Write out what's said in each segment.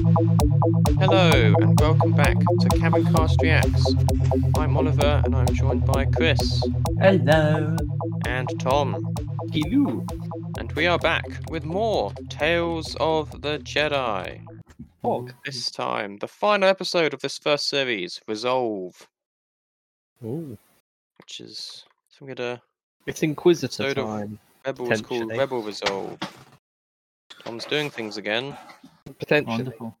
Hello and welcome back to Cabin Cast Reacts. I'm Oliver and I'm joined by Chris Hello. and Tom. Hello. And we are back with more Tales of the Jedi. Fog. This time, the final episode of this first series, Resolve, Oh. which is some kind of It's Inquisitor Sort of. time. rebels called Potentially. Rebel Resolve. Tom's doing things again, Potentially. Wonderful.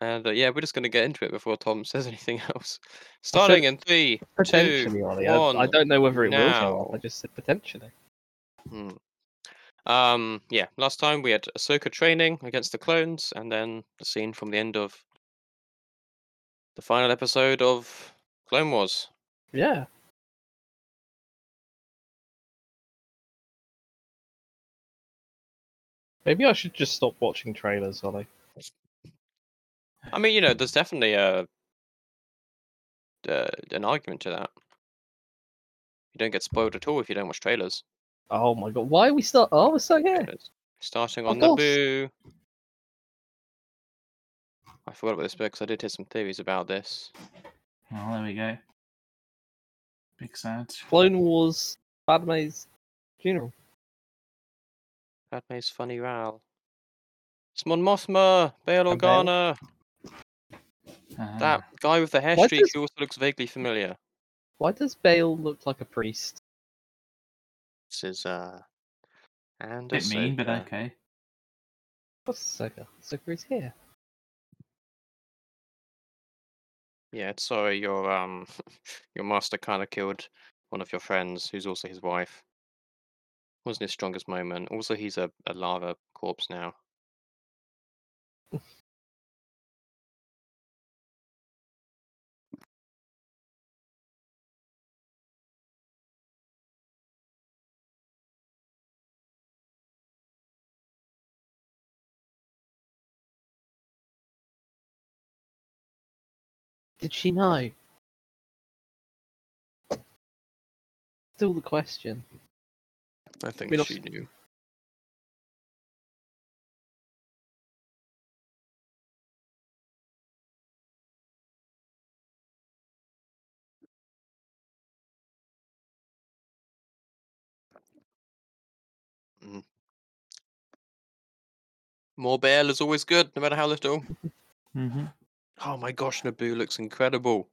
and uh, yeah, we're just going to get into it before Tom says anything else. Starting in three, two, Potentially, Ollie. I, I one, don't know whether it now. will go on. I just said potentially. Hmm. Um, yeah, last time we had Ahsoka training against the clones, and then the scene from the end of the final episode of Clone Wars. Yeah. Maybe I should just stop watching trailers, Ollie. I mean, you know, there's definitely a uh, an argument to that. You don't get spoiled at all if you don't watch trailers. Oh my god, why are we still? Oh, we're still here. Trailers. Starting Of on course. Naboo. I forgot about this because I did hear some theories about this. Well, there we go. Big sad. Clone Wars, Padme's funeral. Padme's funny row. It's Mon Mothma, Bail And Bail. Organa, Uh, that guy with the hair What streak does- who also looks vaguely familiar. Why does Bale look like a priest? This is uh, and uh, bit mean, but Ahsoka. okay. What's Ahsoka? Ahsoka is here. Yeah, it's sorry, your um, your master kind of killed one of your friends, who's also his wife. Wasn't his strongest moment. Also, he's a, a lava corpse now. Did she know? Still the question. I think mean, she obviously- knew. Mm. More Bale is always good, no matter how little. hmm Oh my gosh, Naboo looks incredible.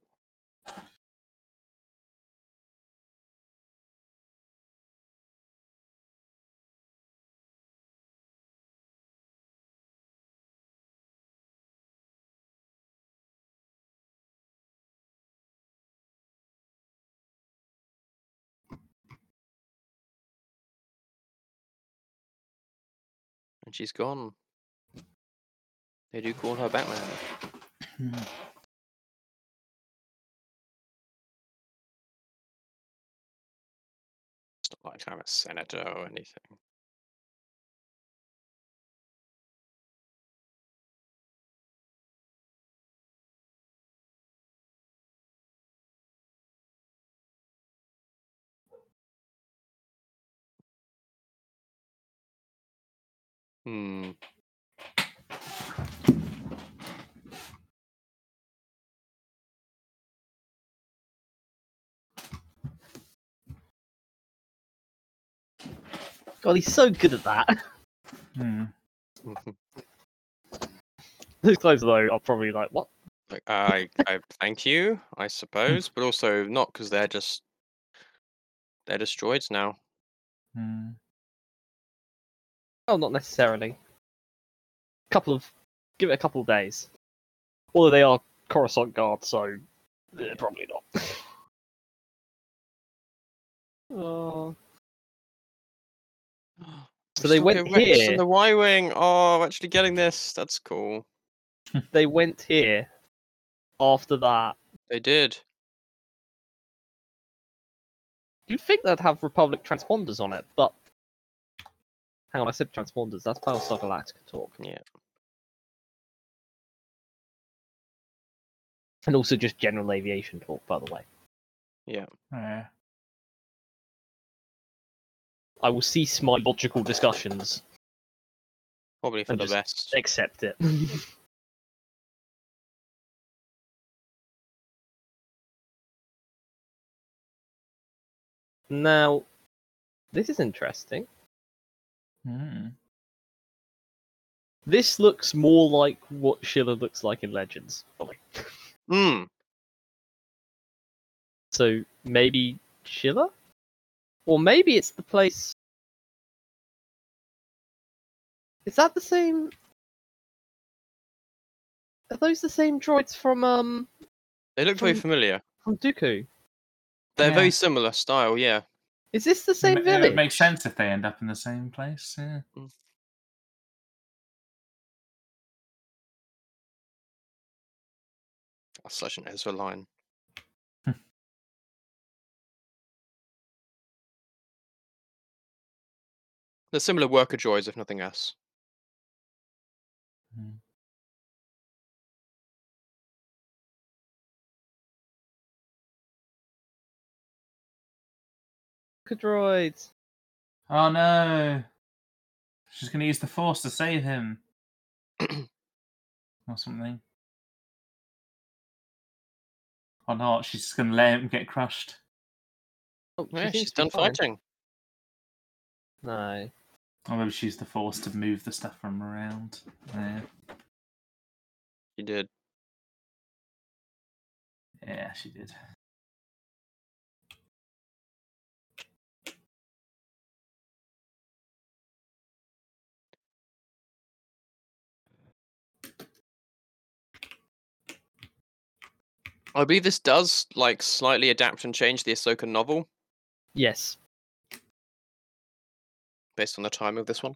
And she's gone. They do call her Batman. It's not like I'm a senator or anything. Hmm. God, he's so good at that. Mm-hmm. Those clothes, though, are probably like, what? Like, I, I thank you, I suppose, but also not because they're just they're destroyed now. Mm-hmm. Oh, not necessarily. Couple of, give it a couple of days. Although they are Coruscant guards, so eh, probably not. oh, So they went here. And the Y wing. Oh, we're actually getting this. That's cool. they went here after that. They did. You'd think they'd have Republic transponders on it, but hang on, I said transponders. That's Battlestar Galactica talk. Yeah. and also just general aviation talk. By the way, Yeah. I will cease my logical discussions. Probably for And the just- best. Accept it. now, this is interesting. Hmm. This looks more like what Schiller looks like in Legends. Mm. So maybe Schiller? Or maybe it's the place. Is that the same? Are those the same droids from um They look very From- familiar. from Dooku? They're Yeah. very similar style, yeah. Is this the Ma- same It village? would make sense if they end up in the same place. Yeah. That's such an Ezra line. Hmm. They're similar worker droids, if nothing else. droids. Oh no. She's going to use the force to save him. or something. Or not. She's just going to let him get crushed. Oh, she Yeah, seems she's to done be fine. fighting. No. Or maybe she used the force to move the stuff from around. Yeah. She did. Yeah, she did. I believe this does like slightly adapt and change the Ahsoka novel Yes. based on the time of this one.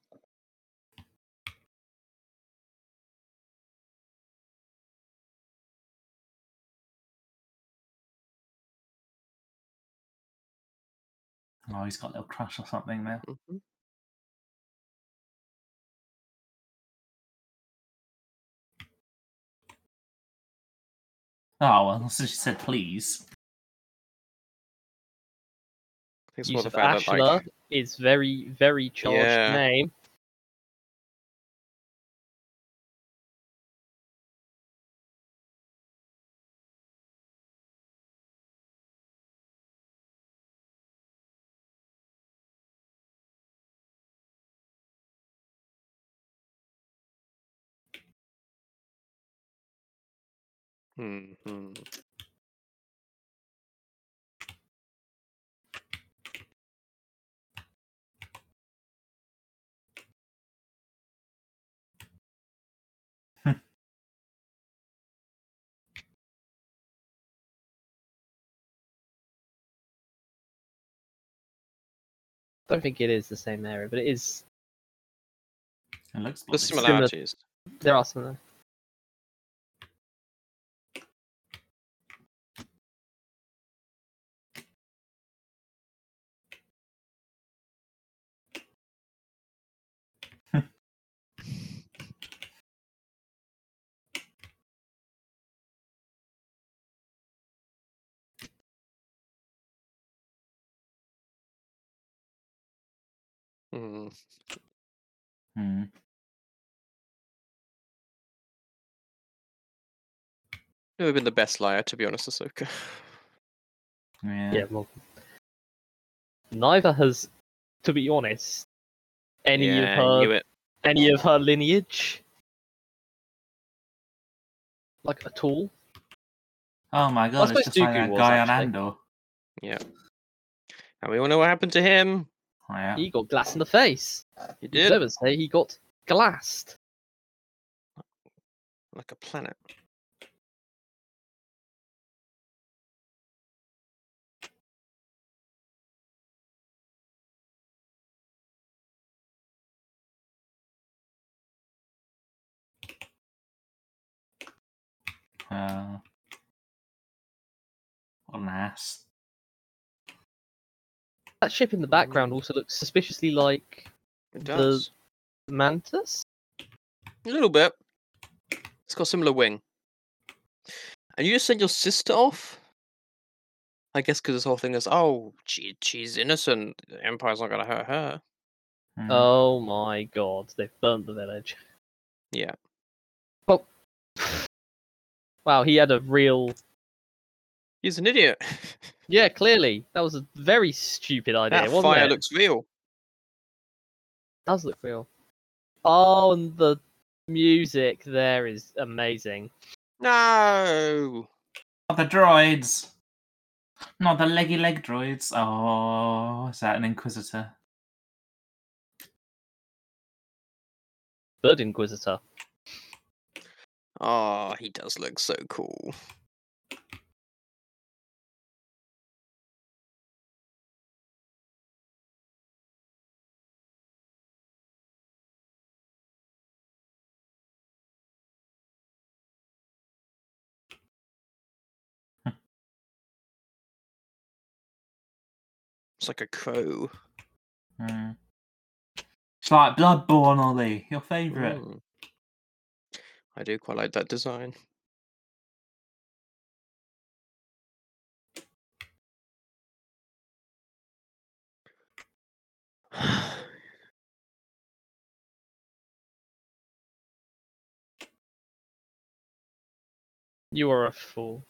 Oh, he's got a little crush or something now. Mhm. Oh, well, since she said please. I think it's more Use the of fact that Ashla like, is very, very charged Yeah. name. hmm, hmm. Don't think it is the same area, but it is. It looks the bloody similar- similarities. There are some. Hmm. Hmm. It would have been the best liar, to be honest, Ahsoka. Yeah. Yeah, well, neither has, to be honest, any yeah, of her knew it. any of her lineage, like at all. Oh my god, suppose it's just like Dooku that was, guy actually. on Andor. And we all know what happened to him. Oh, yeah. He got glass in the face. He did. Observers say he got glassed. Like a planet. Uh, what an ass. That ship in the Mm. background also looks suspiciously like It The- does. Mantis. A little bit. It's got similar wing. And you just sent your sister off? I guess because this whole thing is, oh, she, she's innocent. The Empire's not going to hurt her. Mm. Hmm. Oh my god, they've burnt the village. Yeah. Well, wow, he had a real. He's an idiot. Yeah, clearly that was a very stupid idea, that wasn't fire it? looks real. Does look real. Oh, and the music there is amazing. No. Not the droids. Not the leggy leg droids. Oh, is that an Inquisitor? Bird Inquisitor. Oh, he does look so cool. It's like a crow. Hmm. It's like Bloodborne, Ollie. Your favourite. Mm. I do quite like that design. You are a fool.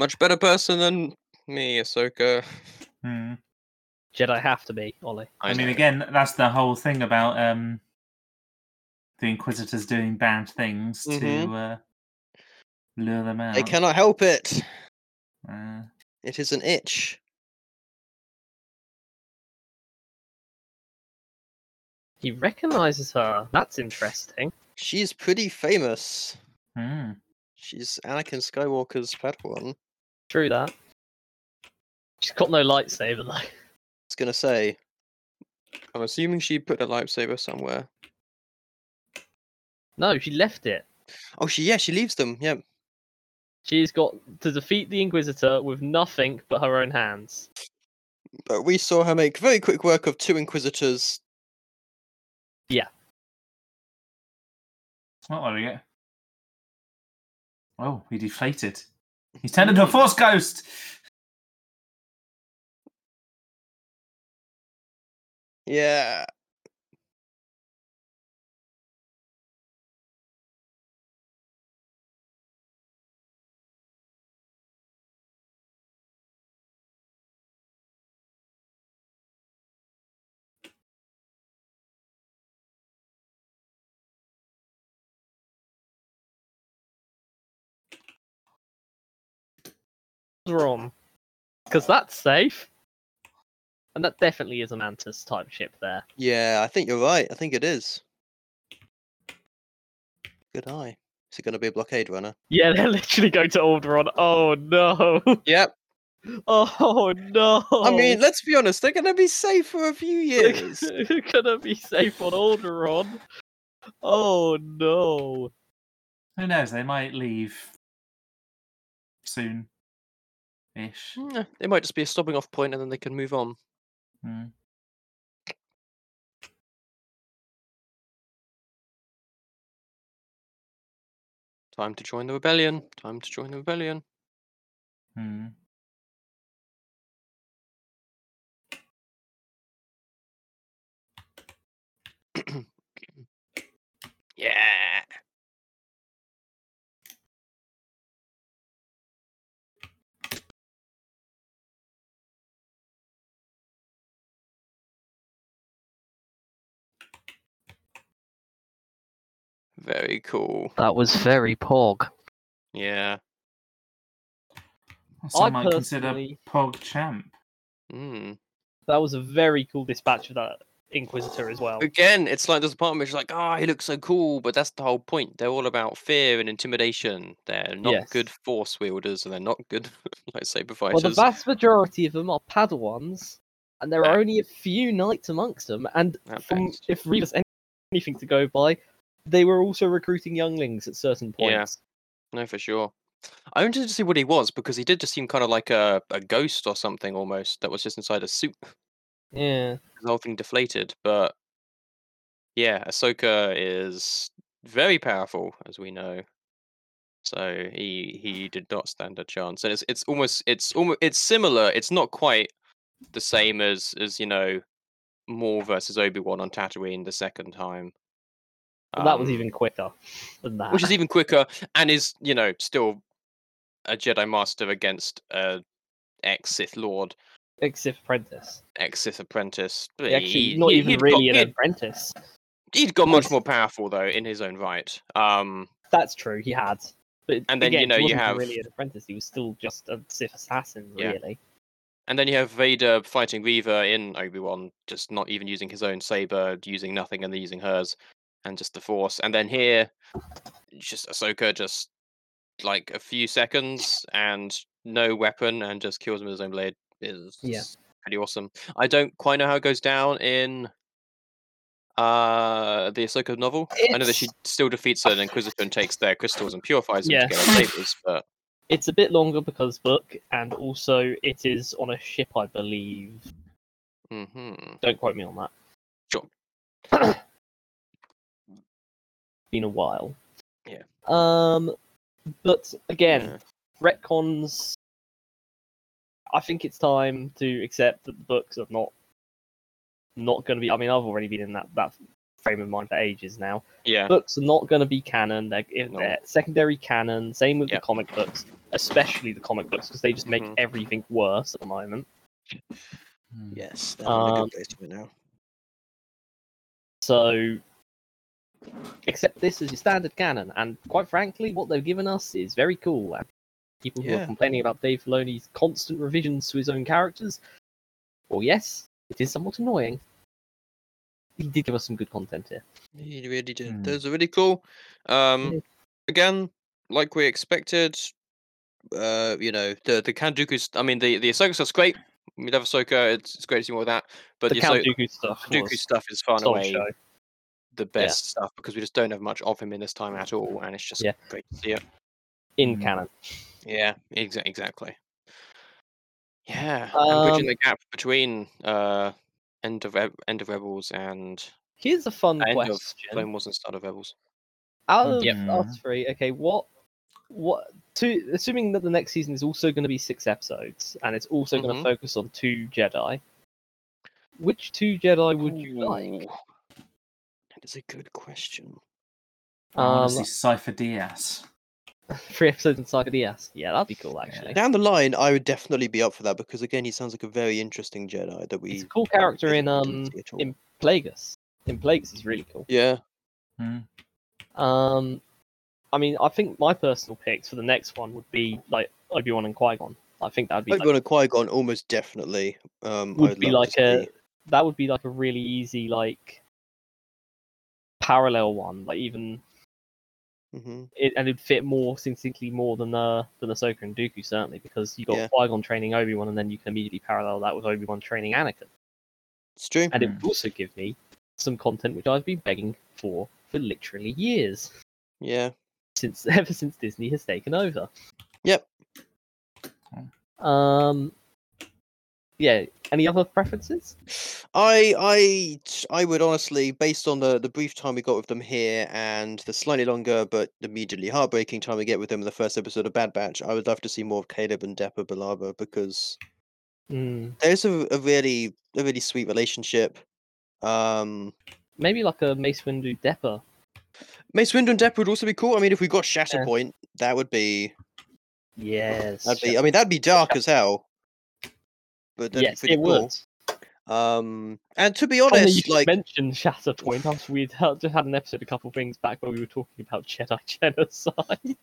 Much better person than me, Ahsoka. Hmm. Jedi have to be, Ollie. I mean, know. again, that's the whole thing about um, the Inquisitors doing bad things to Mhm. uh, lure them out. they cannot help it. Uh, It is an itch. He recognizes her. That's interesting. She's pretty famous. hmm. She's Anakin Skywalker's Padawan. I True that. She's got no lightsaber though. was gonna say. I'm assuming she put a lightsaber somewhere. No, she left it. Oh, she yeah, she leaves them. Yeah, She's got to defeat the Inquisitor with nothing but her own hands. but we saw her make very quick work of two Inquisitors. What are we get? Oh, he deflated. He's turned into a force ghost. Yeah, Wrong. Because that's safe. And that definitely is a mantis type ship there. yeah. I think you're right. I think it is. Good eye. Is it gonna be a blockade runner? Yeah, they're literally going to Alderaan. Oh no. Yep. Oh no. I mean, let's be honest. They're gonna be safe for a few years. Who gonna be safe on Alderaan? Oh no. Who knows? They might leave soon, ish. Mm, It might just be a stopping off point, and then they can move on. Hmm. Time to join the rebellion. Time to join the rebellion. Hmm. Yeah. Very cool. That was very pog. Yeah. Some I might consider personally- Pog Champ. Mm. That was a very cool dispatch of that Inquisitor as well. Again, it's like this department is like, ah, he looks so cool, but that's the whole point. They're all about fear and intimidation. They're not Yes. good force wielders, and they're not good lightsaber Well, fighters. the vast majority of them are Padawans, and there are Yeah. only a few knights amongst them. And That from bastard. if read us any- anything to go by, they were also recruiting younglings at certain Yeah. points. No, for sure. I'm interested to see what he was because he did just seem kind of like a, a ghost or something almost that was just inside a suit. Yeah. the whole thing deflated. But yeah, Ahsoka is very powerful, as we know. So he he did not stand a chance, and it's it's almost it's almost it's similar. It's not quite the same as as you know, Maul versus Obi Wan on Tatooine the second time. Well, that was Um, even quicker than that. which is even quicker and is you know still a Jedi Master against a ex Sith Lord, Except apprentice. ex Sith apprentice. He actually, He- not he- even he'd got- really an he'd apprentice. he'd got Yes. much more powerful though in his own right. Um, That's true. He had. But And then, again, you know, he you wasn't have- really an apprentice. He was still just a Sith assassin, Yeah. really. and then you have Vader fighting Reaver in Obi Wan, just not even using his own saber, using nothing, and then using hers, and just the Force. And then here, just Ahsoka, just like a few seconds and no weapon, and just kills him with his own blade. Is Yeah. pretty awesome. I don't quite know how it goes down in uh the Ahsoka novel. I know that she It's- still defeats an Inquisitor and takes their crystals and purifies them Yeah. to get her sabers, but It's a bit longer because book, and also it is on a ship, I believe. mhm. Don't quote me on that. Sure. Been a while. Yeah. Um, but again, Yeah. retcons. I think it's time to accept that the books are not not going to be. I mean, I've already been in that that frame of mind for ages now. yeah. Books are not going to be canon. They're, if No. they're secondary canon. Same with Yep. the comic books, especially the comic books, because they just make Mhm. everything worse at the moment. Hmm. Yes, that's a Um, good place to be now. So, accept this as your standard canon. And quite frankly, what they've given us is very cool. And people who are Yeah. complaining about Dave Filoni's constant revisions to his own characters, well, yes, it is somewhat annoying. He did give us some good content here. He really did. hmm. Mm. Those are really cool. Um, again, like we expected, uh, you know, the the Kanduku's. I mean, the the Ahsoka stuff's great. We love Ahsoka. It's, it's great to see more of that. But the the Count Ahso- Dooku stuff. Dooku was stuff is far and solid away show. the best stuff because we just don't have much of him in this time at all, and it's just Yeah. great to see it. in Mm. Mm-hmm. canon. Yeah, exa- exactly. Yeah, and bridging Um, the gap between uh, end of Re- end of Rebels and Here's a fun end of question. Clone Wars and start of Rebels. out of Yep. us three, okay, what, what? Two, assuming that the next season is also going to be six episodes, and it's also going to Mhm. focus on two Jedi. Which two Jedi Oh, would you like? Ooh. That is a good question. I wanna Um, see Cipher Diaz. three episodes in Cyber DS. Yeah, that'd be cool, actually. Down the line, I would definitely be up for that because again, he sounds like a very interesting Jedi that we. He's a cool character basically in didn't um see at all. in Plagueis. In Plagueis, is really cool. Yeah. Um, I mean, I think my personal picks for the next one would be like Obi Wan and Qui Gon. I think that'd be Obi like, Wan and Qui Gon almost definitely. Um, would I'd be love like to a see. that would be like a really easy like parallel one like even Mhm. it and it'd fit more succinctly more than uh than Ahsoka and Dooku certainly because you got Yeah. Qui Gon training Obi Wan and then you can immediately parallel that with Obi Wan training Anakin It's true. and it Hmm. would also give me some content which I've been begging for for literally years Yeah. since ever since Disney has taken over. Yep. Um. Yeah. Any other preferences? I I t- I would honestly, based on the the brief time we got with them here and the slightly longer but immediately heartbreaking time we get with them in the first episode of Bad Batch, I would love to see more of Caleb and Depa Balaba because Mm, there's a, a really a really sweet relationship. Um, maybe like a Mace Windu Depper Mace Windu and Depa would also be cool. I mean, if we got Yeah. Shatterpoint, that would be Yes. that'd be. I mean, that'd be dark as hell. But that'd yes, be pretty it cool. would. Um, and to be Funny honest, you like mentioned Shatterpoint. Us, we had just had an episode a couple of things back where we were talking about Jedi genocide.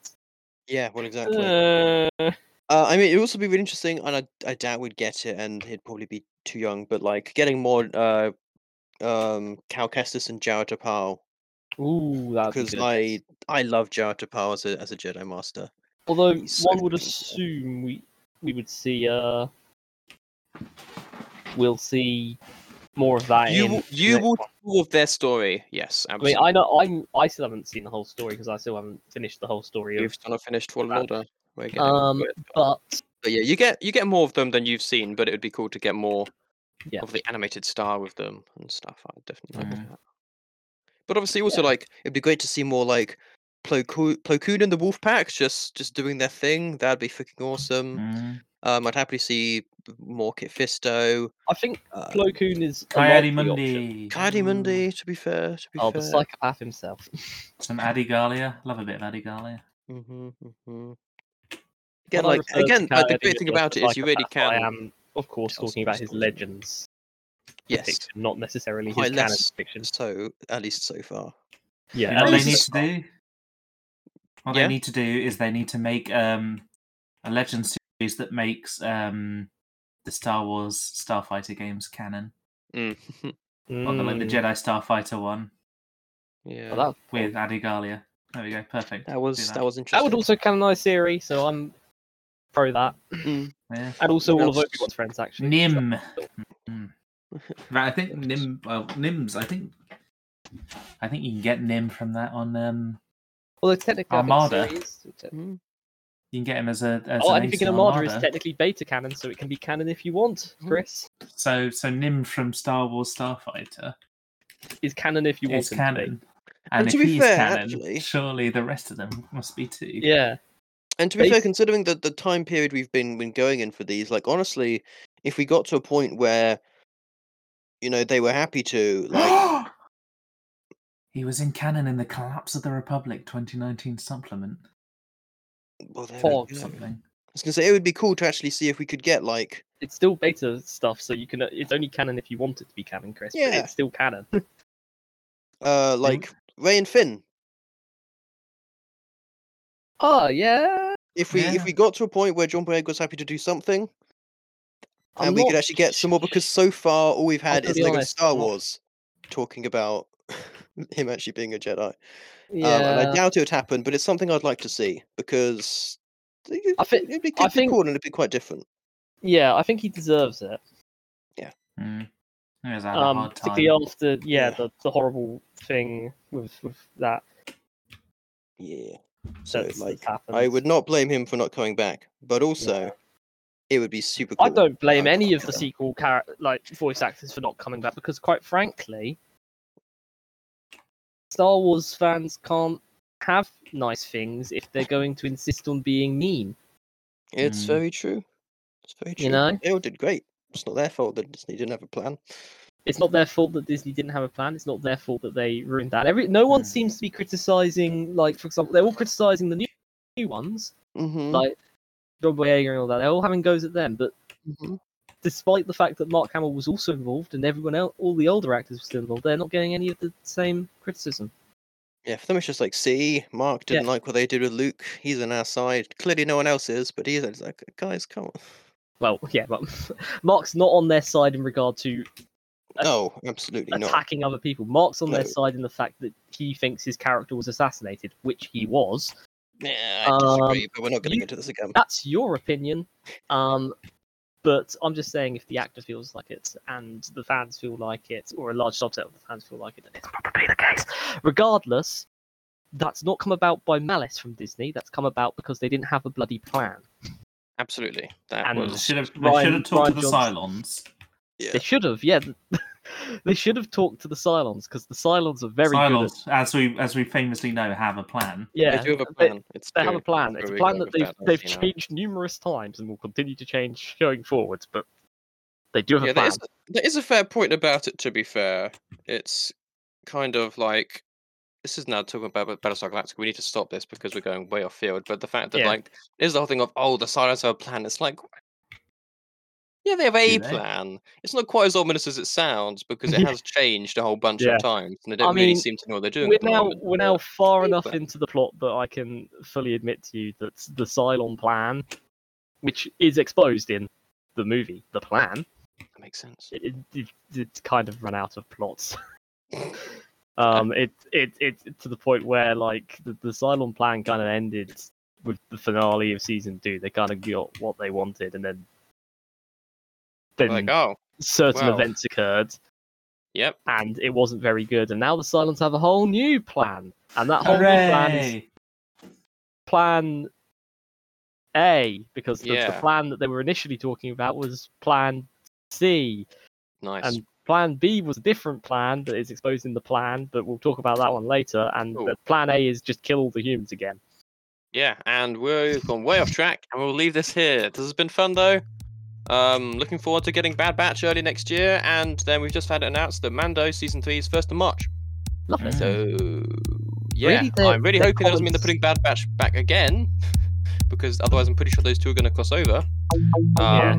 yeah, well, exactly. Uh, Uh, I mean, it'd also be really interesting, and I, I doubt we'd get it, and he'd probably be too young. But like getting more, uh, um, Cal Kestis and Jawa Tapal ooh, that'd be because good. I I love Jawa Tapal as a as a Jedi Master. Although He's so one would fucking cool. assume we we would see uh we'll see more of that. You in will, the you next will one. all of their story. Yes, I mean, absolutely. I know I'm I still haven't seen the whole story because I still haven't finished the whole story. We've Of, still not finished Fallen Right. Order. We're getting um, to it, but but yeah, you get you get more of them than you've seen, but it would be cool to get more Yeah. of the animated star with them and stuff. I definitely Mm-hmm. like Mm. that. But obviously, also like it'd be great to see more like Plo Koon Plo Koon and the Wolf Pack just just doing their thing. That'd be freaking awesome. Mm. Um, I'd happily see more Kit Fisto. I think Uh, Plo Koon is a Coyote likely option. Mundi. Coyote Mundi, to be fair, to be Oh, fair. the psychopath himself. Some Adigalia. Love a bit of Adigalia. hmm hmm Again, When I like refer to again, like, the Coyote great thing as about a it is you really psychopath, can. I am, of course, Tell talking about some his stories. legends. yes, Fiction, not necessarily Quite his canon less- fiction. so at least so far. You Yeah, know at what they least need to do? What Yeah? they need to do is they need to make um, a legend series that makes um, the Star Wars Starfighter games canon. Mm. Or the, like the Mm, Jedi Starfighter one yeah, well, that, with Adigalia. There we go. Perfect. That was that. that was that interesting. would also canonize Siri, so I'm pro that. Yeah. And also What all of else? Obi-Wan's friends, actually. Nim. Mm. Right, I think Nim. Well, Nims. I think. I think you can get Nim from that on. Um, Although technically, I think Armada. Siri is- Mm. you can get him as a. As Oh, an anything ace in in Armada is Armada. technically beta canon, so it can be canon if you want. Mhm. Chris So so Nim from Star Wars Starfighter is canon if you want. is him to be. canon. And And, to if be he's fair, canon, actually- surely the rest of them must be too. Yeah, And to be They- fair, considering the, the time period we've been been going in for these, like honestly, if we got to a point where you know they were happy to, like he was in canon in the Collapse of the Republic 2019 supplement. well, there we Fog go. I Something. was gonna say it would be cool to actually see if we could get like it's still beta stuff, so you can. It's only canon if you want it to be canon, Chris. But Yeah. it's still canon. uh like Ray and Finn. oh yeah. If we Yeah. if we got to a point where John Boyega was happy to do something, and we could actually get some more because so far all we've had gotta is be Lego honest, Star I'm not- Wars talking about him actually being a Jedi. Yeah. Um, and I doubt it would happen, but it's something I'd like to see because it- I thi- it'd be, I it'd be think- cool and it'd be quite different. yeah, I think he deserves it. Mm. He was having a Um, hard time. particularly after Yeah. yeah, The, the horrible thing with with that Yeah. So that's, like that's happened. I would not blame him for not coming back, but also it would be super cool. I don't blame I any can't of the tell. sequel char- like voice actors for not coming back because, quite frankly, Star Wars fans can't have nice things if they're going to insist on being mean. It's Mm. very true. It's very true. Hmm. You know? they all did great. It's not their fault that Disney didn't have a plan. It's not their fault that Disney didn't have a plan. It's not their fault that they ruined that. Every no one Mm. seems to be criticizing. Like for example, they're all criticizing the new, new ones, Mm-hmm. like John Boyega and all that. They're all having goes at them, but Mm-hmm. despite the fact that Mark Hamill was also involved and everyone else, all the older actors were still involved, they're not getting any of the same criticism. Yeah, for them it's just like, see, Mark Yeah. didn't like what they did with Luke. He's on our side. Clearly, no one else is, but he's it's like, guys, come on. Well, yeah, but Mark's not on their side in regard to That's- No, absolutely not. attacking other people. Mark's on their No. side in the fact that he thinks his character was assassinated, which he was. Yeah, I disagree, but we're not getting Um, you- into this again. That's your opinion. Um, but I'm just saying, if the actor feels like it and the fans feel like it, or a large subset of the fans feel like it, then it's probably the case. Regardless, that's not come about by malice from Disney. That's come about because they didn't have a bloody plan. absolutely. That And- Well, they was should have, they Ryan- should have talked Ryan to the Cylons. Yeah. They should have, yeah. they should have talked to the Cylons because the Cylons are very good. At, Cylons, as we as we famously know, have a plan. they yeah, do have a they- plan. it's They have true. a plan. That's It's where a we're plan going that with they've as they've you know. changed numerous times and will continue to change going forwards. But they do have Yeah, a plan. that is, that is a fair point about it. To be fair, it's kind of like this is now talking about about Battlestar Galactica. We need to stop this because we're going way off field. But the fact that Yeah. like there's the whole thing of oh the Silence have a plan. It's like yeah, they have a they? plan. It's not quite as ominous as it sounds because it Yeah. has changed a whole bunch Yeah. of times, and they don't I really mean, seem to know what they're doing. We're at the now moment, we're but- now far Hey, enough but- into the plot that I can fully admit to you that the Cylon plan, which is exposed in the movie, the plan, that makes sense. it, it, it's kind of run out of plots. um, it, it it to the point where like the, the Cylon plan kind of ended with the finale of season two. They kind of got what they wanted, and then then Like oh certain wow. events occurred, yep, and it wasn't very good. And now the Cylons have a whole new plan, and that whole new plan is Hooray! plan A because the, Yeah. the plan that they were initially talking about was plan C. Nice. And plan B was a different plan that is exposing the plan, but we'll talk about that one later. And Cool. the plan A is just kill all the humans again. yeah, and we've gone way off track, and we'll leave this here. This has been fun though. Um, looking forward to getting Bad Batch early next year, and then we've just had it announced that Mando season three is first of March. Lovely. Mm. So uh, yeah, they're- I'm really they're hoping that doesn't mean they're columns. putting Bad Batch back again, because otherwise I'm pretty sure those two are going to cross over. Um, Yeah.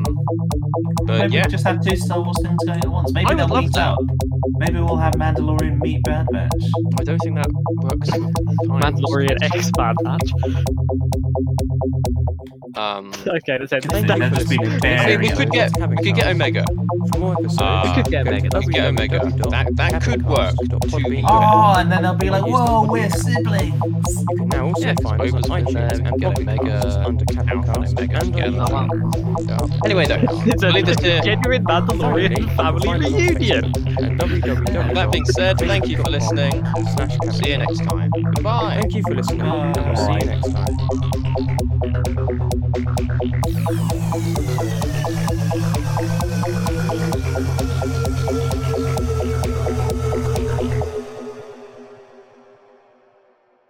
But Maybe yeah, we just have two Star Wars things going at once. Maybe would they'll love meet that. up. Maybe we'll have Mandalorian meet Bad Batch. I don't think that works. for Mandalorian X Bad Batch. time. Um, Okay, that's it. Just think they'll just be we, we very could get we could get Omega. Ah, We could get go- Omega, We that's could get Omega. That that could work. To Ah, Oh, and then they'll be like, whoa, we're siblings. Now also Yeah, find us Spoilers on on iTunes iTunes and and get Omega under Capcom Omega and get Omega. anyway though, It's a Leave this here. genuine Mandalorian family reunion. And Uh, www. that being said, thank you for listening. Slash See you next time. Goodbye. Thank you for listening, and we'll see you next time.